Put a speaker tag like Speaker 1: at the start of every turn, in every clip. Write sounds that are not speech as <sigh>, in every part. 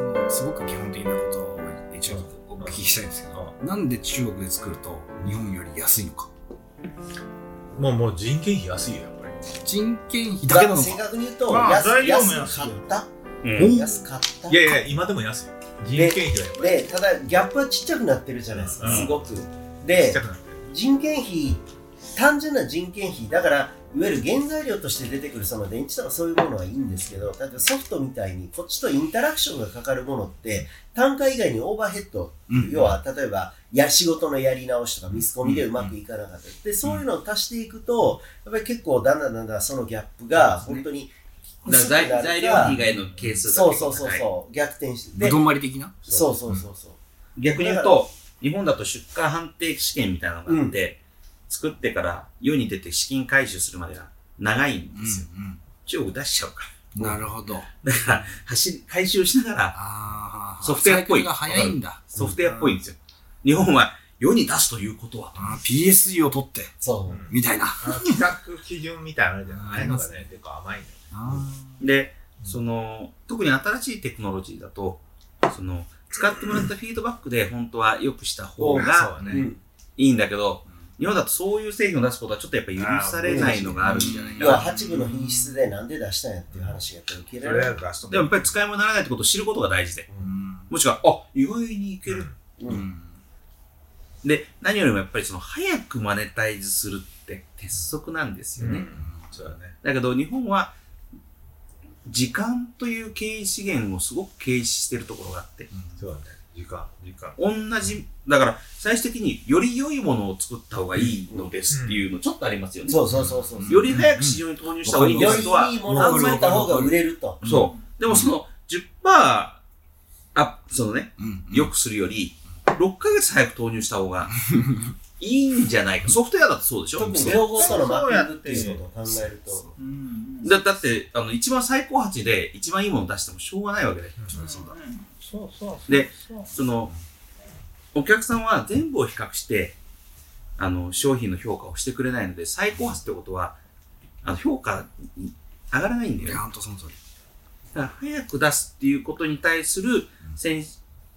Speaker 1: 基本的なことを一応お聞きしたいんですけど、なんで中国で作ると日本より安いのか。
Speaker 2: まあもう人件費安いよ、やっぱり。
Speaker 1: 人件費だけな
Speaker 3: ざ
Speaker 1: の
Speaker 3: 正
Speaker 1: か。
Speaker 3: 確に言うと、
Speaker 2: まあ材
Speaker 3: 安
Speaker 2: 料も安い
Speaker 3: 安かった
Speaker 1: うん
Speaker 3: 安かった
Speaker 2: いやいや、今でも安い。人件費はやっぱり
Speaker 3: でただギャップはちっちゃくなってるじゃないですか、
Speaker 2: うん
Speaker 3: すごく
Speaker 2: ちっ
Speaker 3: で
Speaker 2: ちゃくなってる。
Speaker 3: 人件費単純な人件費だからいわゆる原材料として出てくるその電池とかそういうものはいいんですけど例えばソフトみたいにこっちとインタラクションがかかるものって単価以外にオーバーヘッド、
Speaker 1: うん
Speaker 3: 要は例えばや仕事のやり直しとか見込みでうまくいかなかったり、でそういうのを足していくとやっぱり結構だんだんだんだんそのギャップが本当に
Speaker 4: だ
Speaker 3: 薄くな
Speaker 4: 材
Speaker 3: るから
Speaker 4: 材料費以外の係数が
Speaker 3: そうそうそうそう逆転して
Speaker 1: ぶ
Speaker 3: で
Speaker 1: どんまり的な。
Speaker 3: そうそうそうそう
Speaker 4: 逆に言うと、日本だと出荷判定試験みたいなのがあって、作ってから世に出て資金回収するまでが長いんですよ。中国出しちゃうか <laughs>
Speaker 1: うんなるほど。
Speaker 4: ら。だから、走り、回収しながら
Speaker 1: ああ、
Speaker 4: ソフトウェアっぽ
Speaker 1: サイクル
Speaker 4: い
Speaker 1: が早いんだ。
Speaker 4: ソフトウェアっぽいんですよ。日本は世に出すということは、
Speaker 1: あー PSE を取って、
Speaker 3: そう、
Speaker 2: うん
Speaker 1: みたいな。
Speaker 2: あの企画基準みたいなのあるじゃ
Speaker 1: うん
Speaker 2: ないあれのがね、結構甘いんだよ。
Speaker 4: で、
Speaker 2: うん
Speaker 4: その、特に新しいテクノロジーだと、その、使ってもらったフィードバックで本当は良くした方
Speaker 2: そう
Speaker 4: が
Speaker 2: だね。
Speaker 3: うん
Speaker 4: いいんだけど、日本だとそういう製品を出すことはちょっとやっぱ許されないのがあるんじゃないか
Speaker 3: 要は
Speaker 4: な。
Speaker 3: 8部の品質でなんで出したんやっていう話がやっぱり受け
Speaker 2: と
Speaker 3: ら
Speaker 2: り
Speaker 3: れ
Speaker 2: あえ
Speaker 3: る
Speaker 2: ず出しとく
Speaker 4: でもやっぱり使い物にならないってことを知ることが大事で。
Speaker 1: うん
Speaker 4: もしくは、あ、意外にいける。
Speaker 3: う
Speaker 1: うんん
Speaker 4: で、何よりもやっぱりその、早くマネタイズするって鉄則なんですよね。
Speaker 2: うんそうだね。
Speaker 4: だけど日本は時間という経営資源をすごく軽視してるところがあって
Speaker 2: そうだね。時間、時間。
Speaker 4: 同じだから最終的により良いものを作った方がいいのですっていうのちょっとありますよね、
Speaker 3: そうそうそうそう。
Speaker 1: うん
Speaker 4: より早く市場に投入した方がいいで
Speaker 3: よ
Speaker 4: すとは
Speaker 3: りいいものを作った方が売れると。
Speaker 4: そうでもその10%アップそのね
Speaker 1: うん
Speaker 4: 良くするより6ヶ月早く投入した方がいいんじゃないかソフトウェアだとそうでしょ
Speaker 3: 特に両方とのマッピングっていうことを考えると。
Speaker 1: うん
Speaker 4: だだってあの一番最高値で一番いいものを出してもしょうがないわけで、
Speaker 2: うん
Speaker 4: そんな
Speaker 2: そうそう。
Speaker 4: で、その、お客さんは全部を比較して、あの、商品の評価をしてくれないので、最高発ってことは、あの、評価に上がらないん
Speaker 1: い
Speaker 4: だよ
Speaker 1: や、
Speaker 4: ね。
Speaker 1: ほんとその通り。
Speaker 4: だから早く出すっていうことに対する、セン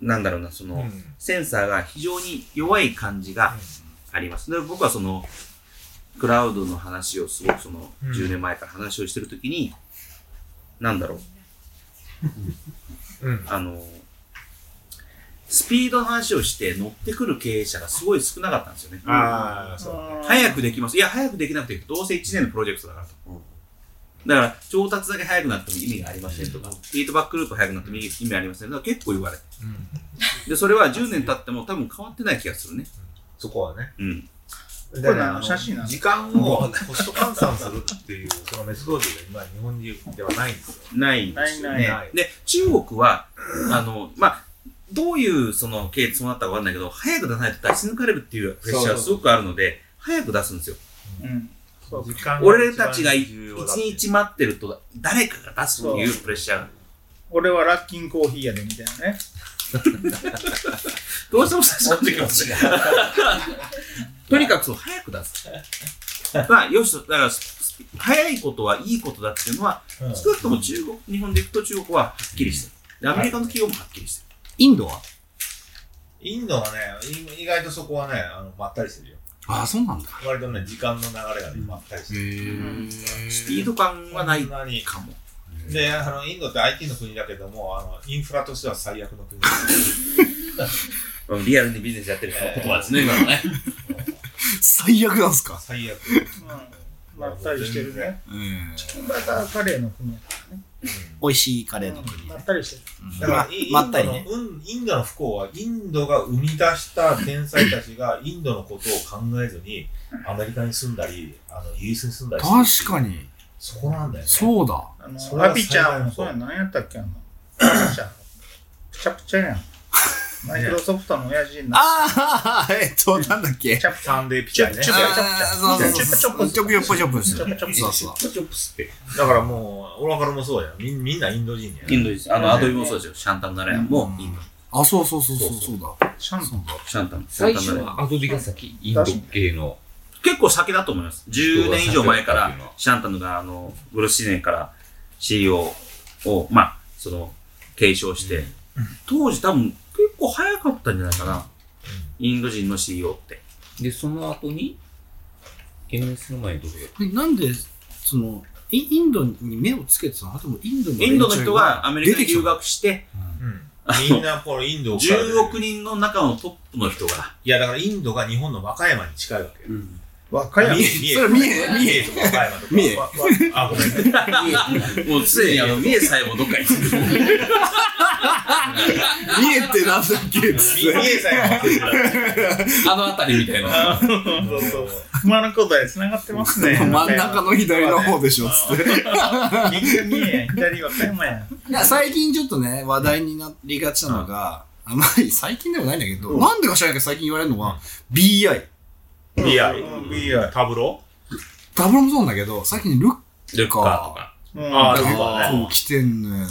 Speaker 4: なんだろうな、その、
Speaker 2: うん
Speaker 4: センサーが非常に弱い感じがあります。で僕はその、クラウドの話をすごくその、
Speaker 2: うん
Speaker 4: 10年前から話をしてるときに、なんだろう、
Speaker 2: うん。
Speaker 4: あの、スピードの話をして乗ってくる経営者がすごい少なかったんですよね。
Speaker 2: ああ、そうだね。
Speaker 4: 早くできます。いや、早くできなくていい、どうせ1年のプロジェクトだからと。
Speaker 3: うん
Speaker 4: だから、調達だけ早くなっても意味がありませんとか、フィードバックループ早くなっても意味ありませんとか、結構言われる
Speaker 2: うん
Speaker 4: で、それは10年経っても多分変わってない気がするね。
Speaker 2: そこはね。
Speaker 4: うん。
Speaker 2: こ
Speaker 5: れねあの写真なの
Speaker 2: 時間をコスト換算するっていう、そのメソドロジーが今、日本人ではないんですよ。
Speaker 4: ないんですよ
Speaker 5: ない
Speaker 4: ね。
Speaker 2: ない
Speaker 4: で、中国は、あの、まあ、どういうその経営でそうなったかわかんないけど、早く出さないと出し抜かれるっていうプレッシャーがすごくあるので、早く出すんですよ。
Speaker 5: うん。
Speaker 2: 時間
Speaker 4: 俺たちが
Speaker 2: 一
Speaker 4: 一日待ってると誰かが出すというプレッシャーが
Speaker 5: 俺はラッキンコーヒーやでみたいなね。
Speaker 4: どうしても差し込んできますねとにかくそう早く出す <laughs> まあよしとだからスピ早いことはいいことだっていうのは
Speaker 2: うん
Speaker 4: 少なくとも中国日本でいくと中国ははっきりしてるでアメリカの企業もはっきりしてる
Speaker 1: インドは
Speaker 2: インドはね、い意外とそこはね、あのまったりしてるよ。
Speaker 1: ああ、そうなんだ。
Speaker 2: 割とね、時間の流れがね、まったりしてる。
Speaker 4: スピード感はない
Speaker 2: そんなに
Speaker 4: かも
Speaker 2: で、あの、インドって IT の国だけども、あの、インフラとしては最悪の国。
Speaker 4: リアルにビジネスやってる人の言葉ですね今のね
Speaker 1: 最悪なんすか。
Speaker 2: 最悪。
Speaker 5: うん。まったりしてるね。
Speaker 1: うん
Speaker 5: バターカレーの国。
Speaker 1: 美味しいカレーの国
Speaker 5: ま
Speaker 1: ね
Speaker 5: っ。たりしてる。
Speaker 2: だから、
Speaker 1: ま
Speaker 2: イン
Speaker 1: まっ
Speaker 2: ド
Speaker 1: たり
Speaker 2: の、
Speaker 1: ね。
Speaker 2: うんインドの不幸は、インドが生み出した天才たちが、インドのことを考えずに、アメリカに住んだり、あのイギリスに住んだり
Speaker 1: 確か
Speaker 2: に。
Speaker 1: に。
Speaker 2: そこなんだよね。
Speaker 1: そうだ。
Speaker 5: あ
Speaker 2: そ
Speaker 5: の、
Speaker 2: れは
Speaker 5: アビちゃんも
Speaker 2: そ
Speaker 5: そうう
Speaker 2: や
Speaker 5: や、何やったっけあの。アビちゃん。プチャプチャやん。マイクロソフトの親父にな。
Speaker 1: ああ、えっと、なんだっけ。
Speaker 5: チャプチャ
Speaker 2: サンデーピッチャーね
Speaker 5: チ。ャプチャ
Speaker 1: ああ、そうそう
Speaker 5: チ
Speaker 1: そ
Speaker 5: ョップ
Speaker 1: う。
Speaker 5: チ
Speaker 1: チョップチョップチョップチョップ
Speaker 5: チョップ
Speaker 1: そうそう。
Speaker 4: チョップスって
Speaker 2: だからもう、オラカルもそうや。みみんなインド人や。
Speaker 4: インドですあのアドビもそうですよシャンタンナラヤンもインド
Speaker 1: あ、そうそうそうそうそうだ。
Speaker 5: シャンソン。
Speaker 4: シャンタンシャン
Speaker 6: 最
Speaker 4: タンナ
Speaker 6: 初
Speaker 4: ラヤン
Speaker 6: はアドビが先、インド系の。
Speaker 4: 結構先だと思います。10年以上前から、シャンタヌが、あの、ブルース・シネンから CEO を、まあ、その、継承して、当時多分結構早かったんじゃないかな。インド人の CEO って。
Speaker 6: で、その後に、MS の前にどれ
Speaker 1: でなんで、その、イインドに目をつけてたのあともインドの
Speaker 4: インドの人がアメリカ
Speaker 1: 出
Speaker 4: に
Speaker 1: てきた
Speaker 4: 留
Speaker 1: の
Speaker 4: 学して、
Speaker 2: うん、みんなこのインドから出てくる
Speaker 4: 10億人の中のトップの人
Speaker 2: <laughs>
Speaker 4: が、
Speaker 2: いやだからインドが日本の和歌山に近いわけよ。
Speaker 5: 若いやん
Speaker 2: 三重
Speaker 1: それ
Speaker 2: 三
Speaker 1: 三
Speaker 2: 重
Speaker 1: 重
Speaker 2: 三重とか和歌山とか。
Speaker 1: 三重
Speaker 2: わわあ、ごめん。
Speaker 4: もう常 <laughs> にあの、三重さえもどっか行ってる。
Speaker 1: 見えてなんだっけ
Speaker 2: 三重さえも忘れて
Speaker 6: あの辺りみた
Speaker 4: <laughs>
Speaker 6: いな。
Speaker 2: た。そうそうそう。
Speaker 5: 熊野古道へ繋がってます
Speaker 2: <laughs>
Speaker 5: ね。
Speaker 1: の左
Speaker 2: の方
Speaker 1: でし。
Speaker 2: ょつって
Speaker 5: 右が三重、左和歌山やん。
Speaker 1: いや最近ちょっとね、話題になりがちなのが、あまり最近でもないんだけど、なんでか知らないけど最近言われるのは、BI。
Speaker 2: いや、
Speaker 5: BI
Speaker 2: タブロ
Speaker 1: ダブルもそうなんだけど、最近ルッ
Speaker 6: ルッカーとか。
Speaker 5: うん
Speaker 2: あ
Speaker 1: カ
Speaker 2: ー
Speaker 1: 結
Speaker 2: そうだね
Speaker 1: 構来てんのよね。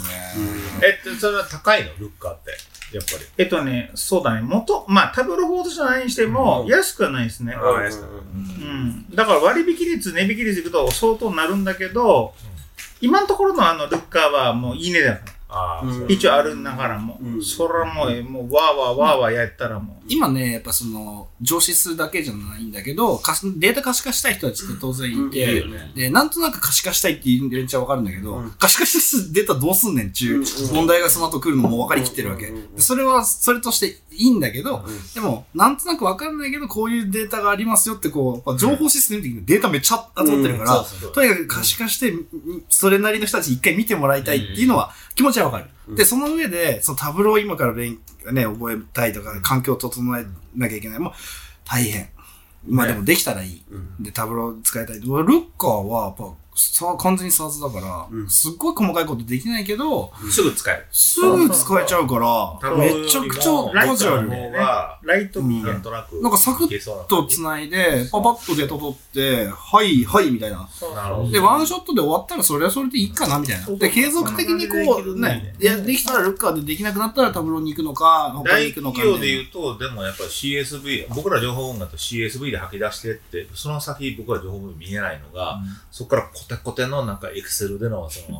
Speaker 2: えっと、それは高いのルッカーって。やっぱり。
Speaker 5: えっとね、そうだね、元、まあ、タブロほどじゃないにしても、安くはないですね。
Speaker 2: あれ
Speaker 5: うん。だから割引率、値引き率いくと相当なるんだけど、今のところのあの、ルッカーはもういいねだから。
Speaker 2: あー、そう
Speaker 5: 一応あるんだからも
Speaker 3: う
Speaker 5: う、
Speaker 3: ん
Speaker 5: そらもう、もう、わーわーわーわーやったらもう。
Speaker 1: 今ね、やっぱその、上司数だけじゃないんだけど、可視データ可視化したい人たちって当然いて、
Speaker 6: いるよね
Speaker 1: で、なんとなく可視化したいって言うんでちゃわかるんだけど、
Speaker 3: うん
Speaker 1: 可視化したデータどうすんねんっていう
Speaker 3: うんうん
Speaker 1: 問題がその後来るのも分かりきってるわけ。
Speaker 3: うんうんうん
Speaker 1: でそれは、それとしていいんだけど、
Speaker 3: う
Speaker 1: でも、なんとなく分かんないけど、こういうデータがありますよって、こう、やっぱ情報システム的にデータめっちゃ集まってるから、
Speaker 3: うんそうそう
Speaker 1: とにかく可視化して、みそれなりの人たち一回見てもらいたいっていうのは気持ちはわかる。
Speaker 3: うん
Speaker 1: で、その上で、そのタブローを今から練、ね、覚えたいとか、環境を整えなきゃいけない。もう、大変。まあでもできたらいい。
Speaker 3: うん
Speaker 1: で、タブロー使いたい。ルッカーは、やっぱ、さ完全に s a だから、
Speaker 3: うん
Speaker 1: すっごい細かいことできないけど、
Speaker 4: すぐ使える。
Speaker 1: すぐ使えちゃうから、
Speaker 2: タブロ
Speaker 1: めちゃくちゃカジュアル。
Speaker 2: の
Speaker 1: に
Speaker 2: 方が、
Speaker 5: ライト
Speaker 1: うん
Speaker 5: ミー
Speaker 2: な
Speaker 5: が
Speaker 2: んとなく、
Speaker 1: なんかサクッ
Speaker 2: いけそうな
Speaker 1: と
Speaker 2: 感じ
Speaker 1: 繋いで、パパッとデータ取って、はい、はい、みたいな。
Speaker 2: なるほど。
Speaker 1: で、ワンショットで終わったらそれはそれでいいかなみたいな。で、継続的にこう、ね、いや、できたらルッカーでできなくなったらタブローに行くのか、他に
Speaker 2: 大
Speaker 1: 行くのか
Speaker 2: 企
Speaker 1: みたい
Speaker 2: 業
Speaker 1: な。
Speaker 2: で言うと、でもやっぱり CSV、僕ら情報音楽と CSV で吐き出してって、その先僕ら情報文見えないのが、そこからコテコテのなんかエクセルでの、その、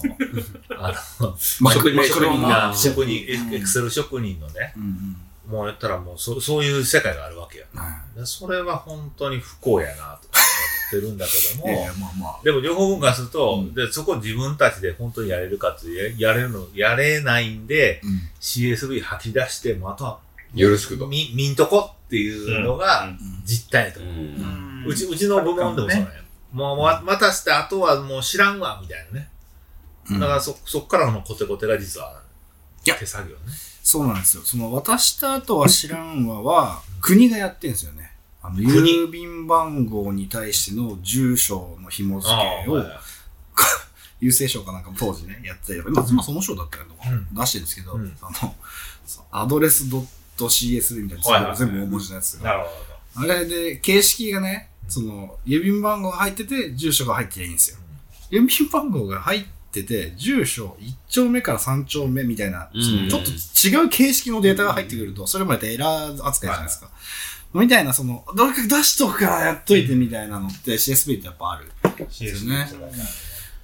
Speaker 2: あの、
Speaker 1: マイク
Speaker 2: 職
Speaker 1: ロマイク
Speaker 2: 職
Speaker 1: ロ
Speaker 2: 人が、職
Speaker 1: うん
Speaker 2: 人、エクセル職人のね、
Speaker 1: うんうん
Speaker 2: もうやったらもうそそういう世界があるわけや。
Speaker 1: は
Speaker 2: でそれは本当に不幸やなと思ってるんだけど
Speaker 1: いいやい
Speaker 2: も
Speaker 1: や、まあまあ。
Speaker 2: でも情報文化すると、
Speaker 1: うん
Speaker 2: でそこ自分たちで本当にやれるかってややれるの、やれないんで、
Speaker 1: うん
Speaker 2: CSV 吐き出して、また
Speaker 6: よろしくと。
Speaker 2: み見んとこっていうの
Speaker 6: うん
Speaker 2: が
Speaker 6: うん
Speaker 2: 実態と、
Speaker 6: うん
Speaker 2: うちうちの部門でもそうなんや、もうま待たしてあとはもう知らんわみたいなね、
Speaker 1: うん
Speaker 2: だからそそっからのコテコテが実はい
Speaker 1: や
Speaker 2: 手作業ね
Speaker 1: そうなんですよ。その渡した後は知らんわは、国がやってんですよね。あの、
Speaker 2: 国
Speaker 1: 郵便番号に対しての住所の紐付けを、
Speaker 2: あ
Speaker 1: <laughs> 郵政省かなんかも当時ね、やってたりとか、今、今総務省だったりとか
Speaker 2: うん
Speaker 1: 出してるんですけど、
Speaker 2: うん
Speaker 1: あの、そうアドレスドット CSV みたいな
Speaker 2: はい
Speaker 1: や
Speaker 2: はい
Speaker 1: つ、全部大文字のやつ
Speaker 2: あな
Speaker 1: が。
Speaker 2: るほ
Speaker 1: あ
Speaker 2: ど
Speaker 1: れで、形式がね、その、郵便番号が入ってて、住所が入ってりゃいいんですよ。郵便番号が入ってて、住所1丁目から3丁目みたいな、
Speaker 6: うん
Speaker 1: そのちょっと違う形式のデータが入ってくると、それまでエラー扱いじゃないですか。みたいな、その、どれか出しとくからやっといてみたいなのって CSV ってやっぱある。ですよ
Speaker 2: CSV
Speaker 1: ね
Speaker 2: とかね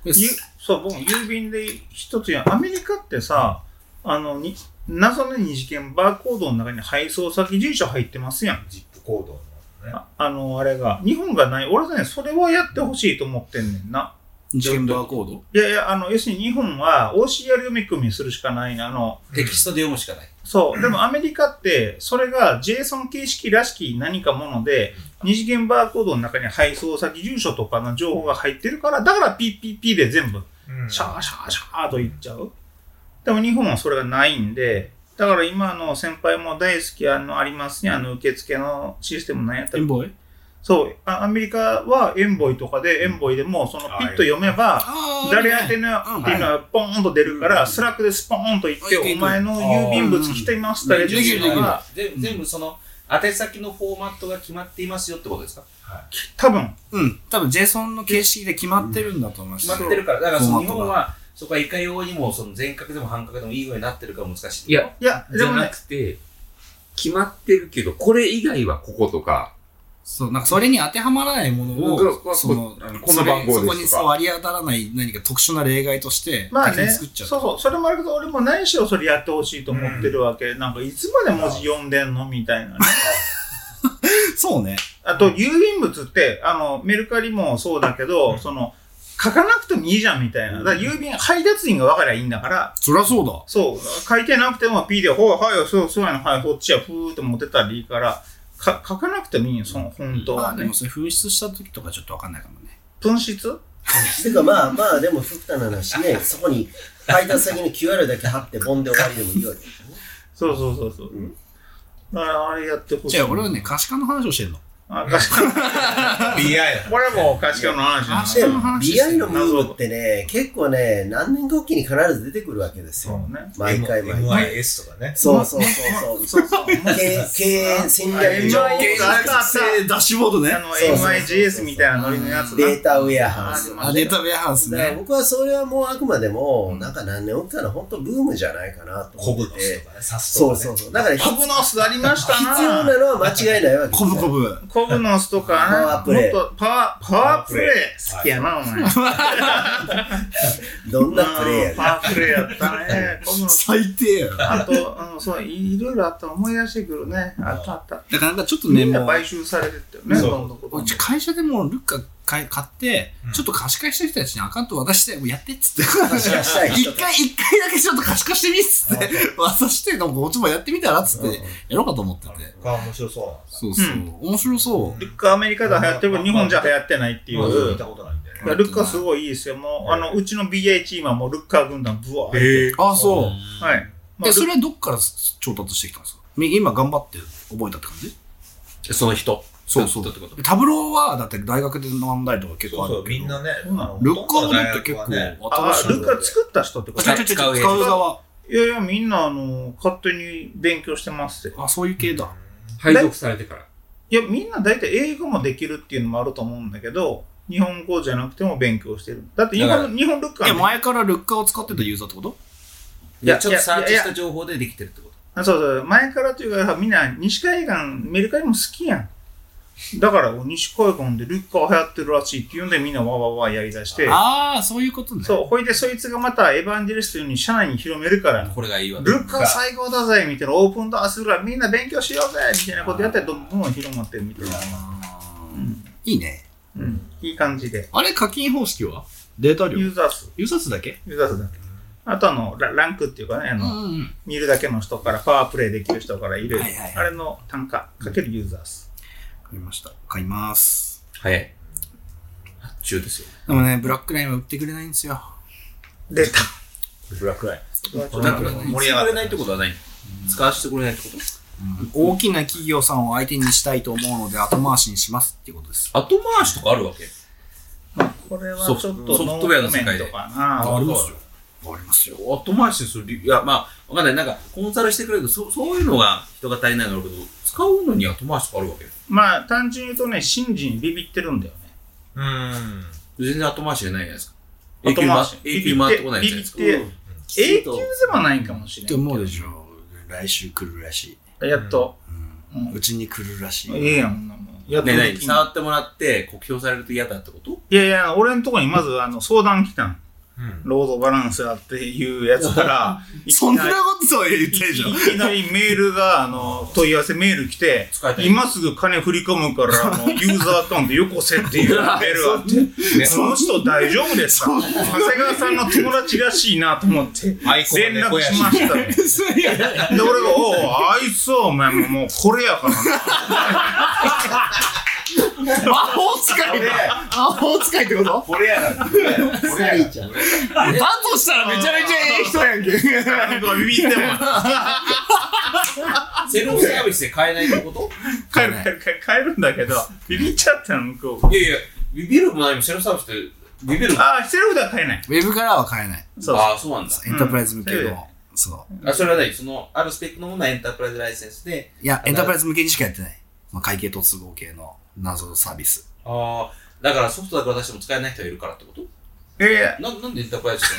Speaker 1: で
Speaker 5: ゆそう、僕、郵便で一つや、アメリカってさ、あの、に謎の二次元バーコードの中に配送先住所入ってますやん。
Speaker 2: ジップコードのね
Speaker 5: ああの、あれが。日本がない。俺はね、それはやってほしいと思ってんねんな。
Speaker 1: ジェンバーコード
Speaker 5: いやいや、あの、要するに日本は OCR 読み込みするしかないな。あの、
Speaker 4: テキストで読むしかない。
Speaker 5: そう。でもアメリカって、それが JSON 形式らしき何かもので、二次元バーコードの中に配送先、住所とかの情報が入ってるから、だから PPP で全部
Speaker 2: うん
Speaker 5: シャーシャーシャーと言っちゃう。でも日本はそれがないんで、だから今の先輩も大好きあのありますね、あの受付のシステムなんやった
Speaker 1: エ
Speaker 5: っ
Speaker 1: ン
Speaker 5: け
Speaker 1: ボイ
Speaker 5: そう、あアメリカはエンボイとかで、エンボイでもそのピッと読めば、
Speaker 1: あ
Speaker 5: 誰宛ての
Speaker 1: うん
Speaker 5: っていうのはポーンと出るか
Speaker 1: う
Speaker 5: ら、
Speaker 1: ん
Speaker 5: スラックでスポーンと言って、
Speaker 1: あいけい
Speaker 5: お
Speaker 1: け
Speaker 5: 前の郵便物来てましたよ、
Speaker 1: うんできるできる
Speaker 5: は
Speaker 4: で全部その、宛先のフォーマットが決まっていますよってことですか
Speaker 5: 多分、
Speaker 1: うん。多分 JSON の形式で決まってるんだと思います。
Speaker 4: 決まってるから。だからそ
Speaker 1: フォ
Speaker 4: の
Speaker 1: ー
Speaker 4: 日
Speaker 1: マットが
Speaker 4: 本は、そこはいかようにも、その全角でも半角でもいいようになってるから難しい。
Speaker 6: いや、
Speaker 5: いや、
Speaker 6: じ
Speaker 5: で
Speaker 6: ゃ
Speaker 5: も
Speaker 6: な
Speaker 5: ね、
Speaker 6: くて、決まってるけど、これ以外はこことか、
Speaker 1: そう、なんかそれに当てはまらないもの
Speaker 7: うんこ
Speaker 1: を、その、
Speaker 7: あのこの番号ですとか
Speaker 1: それそこにさ割り当たらない何か特殊な例外として、
Speaker 5: まあ
Speaker 1: 先
Speaker 5: ね、
Speaker 1: に
Speaker 5: そ
Speaker 1: 作
Speaker 5: う
Speaker 1: っちゃう。
Speaker 5: そう、それもあるけど、俺も何しろそれやってほしいと思ってるわけ。なんか、いつまで文字読んでんのみたいなね。
Speaker 1: そうね。
Speaker 5: あと、郵便物って、あの、メルカリもそうだけど、その、書かなくてもいいじゃんみたいな。だから郵便、配達員が分かりゃいいんだから、
Speaker 1: そりゃそうだ。
Speaker 5: そう、書いてなくても P で、ほい、はい、そう、そうやの、はい、こっちや、ふーって持ってたらいいから、か書かなくてもいいよ、その、本当
Speaker 1: まあ
Speaker 5: は
Speaker 1: で
Speaker 5: ね
Speaker 1: も。それ紛失した時とかちょっとわかんないかもね。
Speaker 5: 紛失
Speaker 3: てかまあまあ、でも、ふったな話ね、そこに配達先の QR だけ貼って、ボンで終わりでもいいわけ。
Speaker 5: そうそうそうそう。だから、あれやってほしい。
Speaker 1: じゃあ俺はね、可視化の話をしてんの。
Speaker 5: あ、可視化。
Speaker 2: いやいや。
Speaker 5: これはもう可視化の話なん
Speaker 1: 可視
Speaker 3: で
Speaker 1: 化の話して
Speaker 3: BI
Speaker 1: ん
Speaker 3: のムーブってね、結構ね、何年かおきに必ず出てくるわけです
Speaker 5: そ
Speaker 3: よ。
Speaker 5: うね。
Speaker 3: 毎回毎回。
Speaker 2: MIS とかね。
Speaker 3: そうそうそうそう。経経営戦略上、
Speaker 5: あ MIS
Speaker 1: 現代性ダッシュボードね
Speaker 5: あ。の、
Speaker 3: そうそう
Speaker 5: MIGS みたいなノリのやつな。
Speaker 3: データウェアハウス。
Speaker 1: あ、データウェアハウス
Speaker 3: だから
Speaker 1: ね。
Speaker 3: 僕はそれはもうあくまでも、なんか何年おきかの本当ブームじゃないかなと
Speaker 2: コブ
Speaker 3: 思
Speaker 2: ロ
Speaker 3: っ
Speaker 2: ス
Speaker 3: てて
Speaker 2: と。かね、サスと
Speaker 3: そ
Speaker 2: か
Speaker 3: う
Speaker 2: ね。
Speaker 3: そうそう。だから必
Speaker 5: コブノスありました
Speaker 3: 要
Speaker 5: な。
Speaker 3: なのは間違いないわけです
Speaker 1: こ
Speaker 3: よ
Speaker 1: ぶこぶ。
Speaker 5: コブノスとか、
Speaker 3: パワープレイ
Speaker 5: もっとパワー、パワープレイ
Speaker 2: パワープレイ
Speaker 5: 好きやな、お前。
Speaker 3: どんなプレイヤー
Speaker 5: パ
Speaker 3: だ
Speaker 5: ワープレイやったね。コ
Speaker 1: <laughs>
Speaker 5: ブノス。
Speaker 1: 最低や。だか
Speaker 5: あと、あのそう、いろいろあった思い出してくるね。あったあった。
Speaker 1: らなんかちょっと
Speaker 5: み
Speaker 1: ね、
Speaker 5: ん
Speaker 1: も
Speaker 5: な
Speaker 1: う、
Speaker 5: 買収されてったよね、
Speaker 2: そう
Speaker 5: どんどんどんど
Speaker 1: うんち会社でもルッカ買い買って、ちょっと可視化した人たちにアカウント渡して、もうやってっつって。
Speaker 3: 可視化したい人
Speaker 1: 一
Speaker 3: た
Speaker 1: 回、一回だけちょっと可視化してみっつって、渡して、なんかこっちもやってみたらっつって、やろうかと思ってて。
Speaker 2: あ面白そうなんです
Speaker 1: そうそう
Speaker 5: う。
Speaker 1: 面白そう。
Speaker 5: ルッカアメリカでは流行ってるけど、日本じゃ流行ってないってい
Speaker 2: よ。見
Speaker 5: う。
Speaker 2: たことないんで。
Speaker 5: いやルッカすごいいいですよ。もう、あの、うちの BA チームはもうルッカ軍団、ブワー。
Speaker 2: え
Speaker 1: あ、そ
Speaker 5: はい。
Speaker 1: う。
Speaker 5: まあ
Speaker 1: え、それはどっから調達してきたんですかみ今頑張って覚えたって感じ
Speaker 4: その人。
Speaker 1: そうそう
Speaker 4: だったってこと。
Speaker 1: タブローは、だって大学で学んだりとか結
Speaker 2: そ
Speaker 1: 構
Speaker 2: う
Speaker 1: あ
Speaker 2: そ
Speaker 1: る
Speaker 2: う、
Speaker 1: けど。
Speaker 2: みんなね。
Speaker 5: そうなの
Speaker 2: あの
Speaker 1: ルッカーだって結構
Speaker 2: ほとんど大学はね
Speaker 1: 新
Speaker 5: あ
Speaker 1: しい。
Speaker 5: ルッカ作った人ってこと
Speaker 1: ちょちょちょ
Speaker 4: 使うやつ
Speaker 1: 使う側。
Speaker 5: いやいや、みんな、あの、勝手に勉強してますって。
Speaker 1: あ、そういう系だ。
Speaker 6: 配属されてから。
Speaker 5: いや、みんな大体英語もできるっていうのもあると思うんだけど、日本語じゃなくても勉強してる。だって日
Speaker 4: だか
Speaker 5: 本、日本ルッカ
Speaker 1: え、
Speaker 5: ー
Speaker 1: 前からルッカーを使ってたユーザーってこと
Speaker 5: いや
Speaker 4: ちょっとサーチ
Speaker 5: いや
Speaker 4: し
Speaker 5: い
Speaker 4: た
Speaker 5: や
Speaker 4: 情報でできてるってこと。
Speaker 5: あそうそう、前からというか、みんな西海岸、メルカリも好きやん。だから、西海岸でルッカー流行ってるらしいっていうんで、みんなわわわやりだして、
Speaker 1: ああ、そういうことね。
Speaker 5: そう、ほいでそいつがまたエヴァンジェリストに社内に広めるから、
Speaker 4: これがいいわ。
Speaker 5: ルッカー最高だぜみたいな、オープンドアするからみんな勉強しようぜみたいなことやったらどんどん広まってるみたいな。
Speaker 1: いいね。
Speaker 5: うん。いい感じで。
Speaker 1: あれ、課金方式はデータ量
Speaker 5: ユ
Speaker 1: ユ
Speaker 5: ーザー数、
Speaker 1: ーザー数だけ
Speaker 5: ユーザー数だけ。あとあの、ラランクっていうかね、あ
Speaker 1: う
Speaker 5: の、
Speaker 1: ん。
Speaker 5: 見るだけの人からパワープレイできる人からいる。
Speaker 1: はいはいはい
Speaker 5: あれの単価かけるユーザー数。
Speaker 1: 買いました。買います。
Speaker 4: 早い。発注ですよ。
Speaker 1: でもね、ブラックラインは売ってくれないんですよ。
Speaker 5: 出た。
Speaker 2: ブラックライン。
Speaker 4: だ
Speaker 2: ん
Speaker 4: から
Speaker 2: か
Speaker 4: 盛り上がれないってことはない。使わせてくれないってこと
Speaker 1: 大きな企業さんを相手にしたいと思うので後回しにしますっていうことです。
Speaker 4: 後回しとかあるわけ
Speaker 5: これはち
Speaker 4: ソ
Speaker 5: ょ
Speaker 4: フ
Speaker 5: っ
Speaker 4: ト
Speaker 5: と
Speaker 4: ソフトウェアの世界で
Speaker 5: ノーコメントかな。
Speaker 1: ありますよ。ありますよ。
Speaker 4: 後回しする理由いやまあわかんないなんかコンサルしてくれるとそそういうのが人が足りないんだろうけど使うのに後回しとかあるわけ
Speaker 5: まあ、単純に言うとね、信じにビビってるんだよね。
Speaker 2: うーん。
Speaker 4: 全然後回しじゃないじゃないですか永
Speaker 5: 後
Speaker 4: 久
Speaker 5: 回
Speaker 4: ま
Speaker 5: し
Speaker 4: 永久回ってこないじゃないですか
Speaker 5: ビビって、永久でもないかもし
Speaker 1: っ
Speaker 5: れ
Speaker 1: て
Speaker 5: ん
Speaker 1: 思うでしょ。来週来るらし
Speaker 5: けど。やっと。
Speaker 1: い。うちに来るらし
Speaker 5: ええ
Speaker 1: い。
Speaker 5: やん、こんなもんやっと
Speaker 4: ねえ
Speaker 5: で
Speaker 4: ねえ
Speaker 5: きん
Speaker 4: 触ってもらって酷評されると嫌だってこと
Speaker 5: いやいや、俺のとこにまずあの相談来たん。
Speaker 2: うん
Speaker 5: ロードバランスやっていうや
Speaker 4: <laughs>
Speaker 5: つから、いき
Speaker 1: そんな
Speaker 5: な
Speaker 1: こ
Speaker 5: り
Speaker 1: と言っ
Speaker 5: い
Speaker 1: てんじゃん。
Speaker 5: きいきなりメールが、あの、問い合わせメール来て
Speaker 4: 使いた、い
Speaker 5: 今すぐ金振り込むから、あの、ユーザーアカウントよこせっていうメールがあって、その人大丈夫ですか長谷川さんの友達らしいなと思って、連
Speaker 2: アイコンが猫
Speaker 5: 絡
Speaker 2: やし
Speaker 5: しましたね。で、俺が、おうあいつはお前ももうこれやからな。
Speaker 1: 魔法使いだ魔法使 <laughs> いってこと
Speaker 2: これやな。これやな。これやな。
Speaker 3: ちゃん。
Speaker 1: だとしたらめちゃめちゃええ人やんけ。
Speaker 5: なんかビビっても、
Speaker 4: セルフサービスで買えないってこと
Speaker 5: 帰る帰る帰る帰るんだけど、ビビっちゃったの、向こう。
Speaker 4: いやいやビビるも何もセルフサービスってビビる
Speaker 5: ああ、セルフでは買えない。
Speaker 1: ウェブからは買えない。
Speaker 5: そう。
Speaker 4: ああそうなんだ
Speaker 1: エンタープライズ向けの。そう。
Speaker 4: あそれは何そのあるスペックのものはエンタープライズライセンスで
Speaker 1: いや、エンタープライズ向けにしかやってない。まあ、会計と都合系の謎サービス。
Speaker 4: ああだからソフトだから出しても使えない人がいるからってこと
Speaker 5: え
Speaker 4: ななんでエンタープライズじ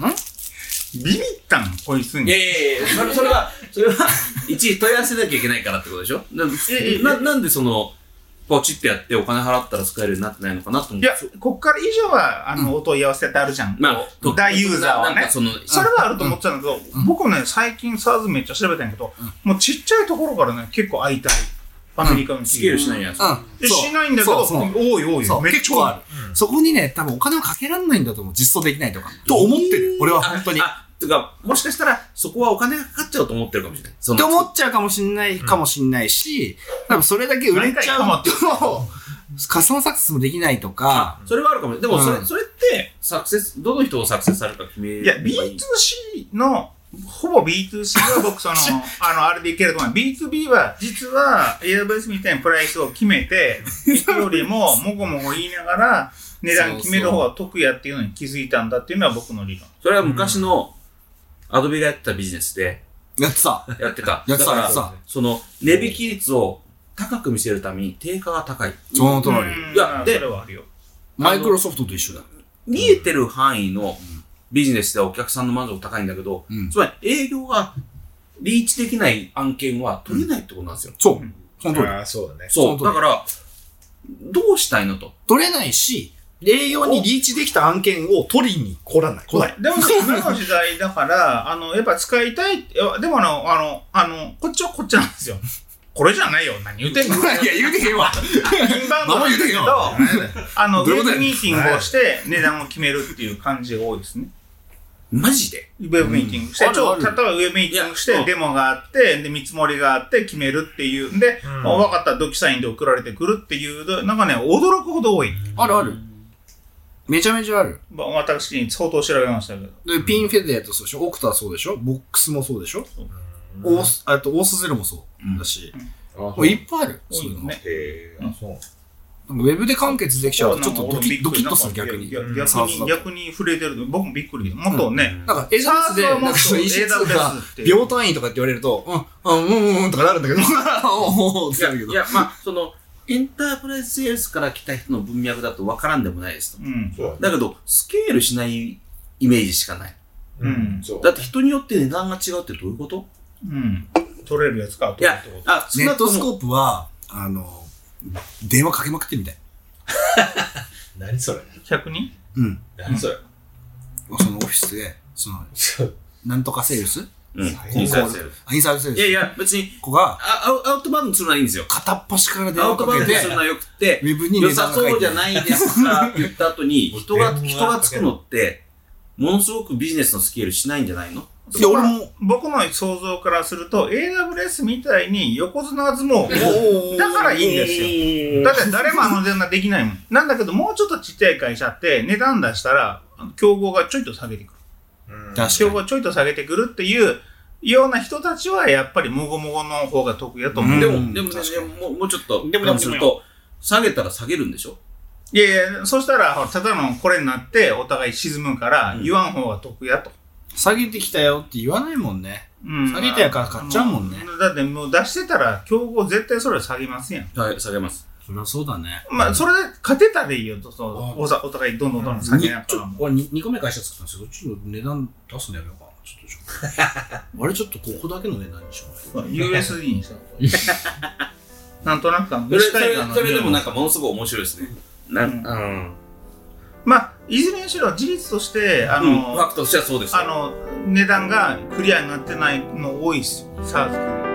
Speaker 4: ゃない
Speaker 5: ー、ビビったん、こいつ
Speaker 4: いや
Speaker 5: に。
Speaker 4: いやいや、それそれは、それは一時問い合わせなきゃいけないからってことでしょな
Speaker 5: ええ
Speaker 4: ななんでそのポチってやってお金払ったら使えるようになってないのかなと思っ
Speaker 5: い
Speaker 4: て
Speaker 5: や、こっから以上は、あの、お問い合わせってあるじゃん。
Speaker 4: まあと
Speaker 5: 大ユーザーはね
Speaker 4: なんかその
Speaker 5: それはあると思ってたんだけど、僕ね、最近 SARS めっちゃ調べたんやけど、もうちっちゃいところからね、結構会いたい。アメリカの
Speaker 4: スケ
Speaker 5: 企
Speaker 4: ー
Speaker 5: 業。
Speaker 4: ルしないやつ、
Speaker 5: えしないんだけど、
Speaker 1: そうそう
Speaker 5: 多い多い
Speaker 1: そ
Speaker 5: よ。
Speaker 1: う、
Speaker 5: めっ
Speaker 1: 結
Speaker 5: ちゃ多い
Speaker 1: 構ある。そこにね、多分お金をかけられないんだと思う。実装できないとか。と思ってる。俺は本当に。っ
Speaker 4: あてかもしかしたらそこはお金がかかっちゃうと思ってるかもしれないその
Speaker 1: て思っちゃうかもしんない、かもしんないし、多分それだけ売れちゃうと、カスタマーサクセスもできないとか、
Speaker 4: それはあるかもしれないでもそれ,、
Speaker 1: うん
Speaker 4: それってサクセスどの人をサクセスされるか決める
Speaker 5: いや、B2C の、ほぼ B2C は僕その、あの、あれでいけると思う。B2B は、実は AWS みたいにプライスを決めて、人よりももごもご言いながら、値段決める方が得やっていうのに気づいたんだっていうのは僕の理論。
Speaker 4: それは昔のアドビがやってたビジネスで
Speaker 1: やってた。
Speaker 4: やってた
Speaker 1: やって
Speaker 4: だか
Speaker 1: た、
Speaker 4: ら
Speaker 1: やってた。
Speaker 4: その値引き率を高く見せるために定価が高い
Speaker 1: その通り。
Speaker 5: うん
Speaker 4: いや
Speaker 5: まあ
Speaker 4: で
Speaker 5: それはあるよ。
Speaker 1: マイクロソフトと一緒だ。
Speaker 4: 見えてる範囲のビジネスではお客さんの満足高いんだけど、
Speaker 1: うん
Speaker 4: つまり営業がリーチできない案件は取れないってことなんですよ。
Speaker 1: そう。その通り。
Speaker 2: ああ、そうだね。
Speaker 4: そう。
Speaker 1: その
Speaker 4: だ
Speaker 1: 通
Speaker 4: から、どうしたいのと。
Speaker 1: 取れないし、栄養にリーチできた案件を取りに来らない。来ない。<laughs>
Speaker 5: でも今の時代だから、あの、やっぱ使いたいって、いやでもあの、あの、あの、こっちはこっちなんですよ。これじゃないよ。何言って
Speaker 1: <laughs>
Speaker 5: んの
Speaker 1: いや、言うてへんわ。
Speaker 5: インバウンド
Speaker 1: 何も
Speaker 5: なん
Speaker 1: 言う
Speaker 5: です
Speaker 1: てへ
Speaker 5: け
Speaker 1: ん
Speaker 5: ど
Speaker 1: わ。
Speaker 5: あの、
Speaker 1: <laughs>
Speaker 5: ウ
Speaker 1: どうい
Speaker 5: ェ
Speaker 1: うこと
Speaker 5: ブ
Speaker 1: や
Speaker 5: ミーティングをして値段を決めるっていう感じが多いですね。
Speaker 4: マジで
Speaker 5: ウェブミーティングして、
Speaker 1: うん
Speaker 5: ちょ
Speaker 1: あ
Speaker 5: 例
Speaker 1: るあ
Speaker 5: えばウェブミーティングし
Speaker 4: い
Speaker 5: て、
Speaker 4: や
Speaker 5: デモがあって、で、見積もりがあって、決めるっていうんで、
Speaker 2: うん
Speaker 5: あ分かった、ドキサインで送られてくるっていう、なんかね、驚くほど多い。
Speaker 1: あるある。めちゃめちゃある。
Speaker 5: まあ私に相当調べましたけど。
Speaker 1: で、ピンフェデーとそうでしょ、オクタはそうでしょ、ボックスもそうでしょ、オース、あとオースゼロもそうだし、
Speaker 2: あそう
Speaker 1: もういっぱいあるよ、
Speaker 5: 多
Speaker 1: そう
Speaker 5: い
Speaker 1: い
Speaker 5: よ
Speaker 1: うの。
Speaker 5: ね。
Speaker 2: へえ、あ、そう。
Speaker 1: なんかウェブで完結できちゃうと、ちょっとドキ
Speaker 5: そう
Speaker 1: ドキッとする、逆に。
Speaker 5: いや逆
Speaker 1: サーズだ
Speaker 5: に、
Speaker 1: と
Speaker 5: 逆に触れてる。僕もびっくりです。もっとね、
Speaker 1: なんか、エジャースで、
Speaker 5: サーズは
Speaker 1: なん
Speaker 5: もっ
Speaker 1: か
Speaker 5: と
Speaker 1: その意思疎通
Speaker 5: AWS
Speaker 1: が
Speaker 5: っていう
Speaker 1: 秒単位とかって言われると、うん、うん、うん、うんとかなるんだけど、おおって
Speaker 4: い
Speaker 1: な
Speaker 4: や、
Speaker 1: るけど
Speaker 4: い。やまあ、その、エンタープライズセールスから来た人の文脈だと分からんでもないですと。
Speaker 5: うん。
Speaker 2: そう
Speaker 4: だけど、スケールしないイメージしかない。
Speaker 5: う
Speaker 2: うんん。そう。
Speaker 4: だって人によって値段が違うってどういうこと
Speaker 5: うん。取れるやつか、
Speaker 4: い
Speaker 5: 取れる
Speaker 4: や
Speaker 5: ってこ、と。
Speaker 4: あ、
Speaker 1: ネットス
Speaker 4: ー
Speaker 1: コープは、あの、電話かけまくってみたい。
Speaker 2: 何それ
Speaker 5: 100人
Speaker 1: うん。
Speaker 2: 何それ
Speaker 1: そのオフィスで、その、なんとかセールス
Speaker 4: うん。
Speaker 2: インサイド
Speaker 4: セールス
Speaker 1: あインサイドセールス
Speaker 4: いやい
Speaker 1: の
Speaker 4: や、別に、
Speaker 1: 子が、
Speaker 4: あアウアウトバウンドするのはいいんですよ。
Speaker 1: 片っ端から電
Speaker 4: ア
Speaker 1: 話
Speaker 4: ウト
Speaker 1: か
Speaker 4: バウン
Speaker 1: け
Speaker 4: ド
Speaker 1: て
Speaker 4: する、のはよくて、
Speaker 1: ウェブに
Speaker 4: 良
Speaker 1: 値段
Speaker 4: さ
Speaker 1: が書
Speaker 4: そう
Speaker 1: い
Speaker 4: じ
Speaker 1: て
Speaker 4: ゃ
Speaker 1: ある。
Speaker 4: ないですかって言った後
Speaker 1: <laughs>
Speaker 4: に、人が、
Speaker 2: 電話
Speaker 4: 人がつくのって、ものすごくビジネスのスケールしないんじゃないの
Speaker 1: いや、俺も、
Speaker 5: 僕の想像からすると、AWS みたいに横綱相撲を、だからいいんですよ。
Speaker 1: よ
Speaker 5: だって誰もあの値段できないもん。なんだけど、もうちょっとちっちゃい会社って値段出したら、競合がちょいと下げてくる。
Speaker 2: うん
Speaker 5: 競
Speaker 1: 確か
Speaker 5: 合がちょいと下げてくるっていうような人たちは、やっぱりもごもごの方が得意だと思う。
Speaker 1: うん
Speaker 4: でも、でもね
Speaker 1: 確かに、
Speaker 4: もうもうちょっと、
Speaker 5: でもでも
Speaker 4: すると、下げたら下げるんでしょ
Speaker 5: いやいや、そしたら、ほらただのこれになって、お互い沈むから
Speaker 4: う、ん
Speaker 5: 言わん方が得やと。
Speaker 1: に。下げてきたよって言わないもんね。
Speaker 5: うん
Speaker 1: 下げてやから買っちゃうもんね。
Speaker 5: だってもう出してたら、競合絶対それ下げますやん。
Speaker 4: はい、下げます。
Speaker 1: そりゃそうだね。
Speaker 5: まあ、それで勝てたらいいよと、そう
Speaker 1: あ
Speaker 5: おさお互いどんどんどんどん下げなが
Speaker 1: ち
Speaker 5: ら
Speaker 1: ょ
Speaker 5: も。
Speaker 1: 俺 2, 個目会社作ったんですけど、ちょっと値段出すのやめようかな。ちょっとちょっとあれちょっとここだけの値段にしようか
Speaker 5: USD にした方がいい。
Speaker 4: <laughs>
Speaker 5: なんとなくか、
Speaker 4: それ、
Speaker 5: 虫
Speaker 4: そ
Speaker 5: 海
Speaker 4: れ
Speaker 5: 岸の
Speaker 4: それでもなんかものすごく面白いですね。なうん。
Speaker 5: まあ、いずれにしろ事実として、あ
Speaker 4: あ
Speaker 5: の、
Speaker 4: の、ファクトとしてはそうですよ。
Speaker 5: あの値段がクリアになってないの多いですよ、サーズ。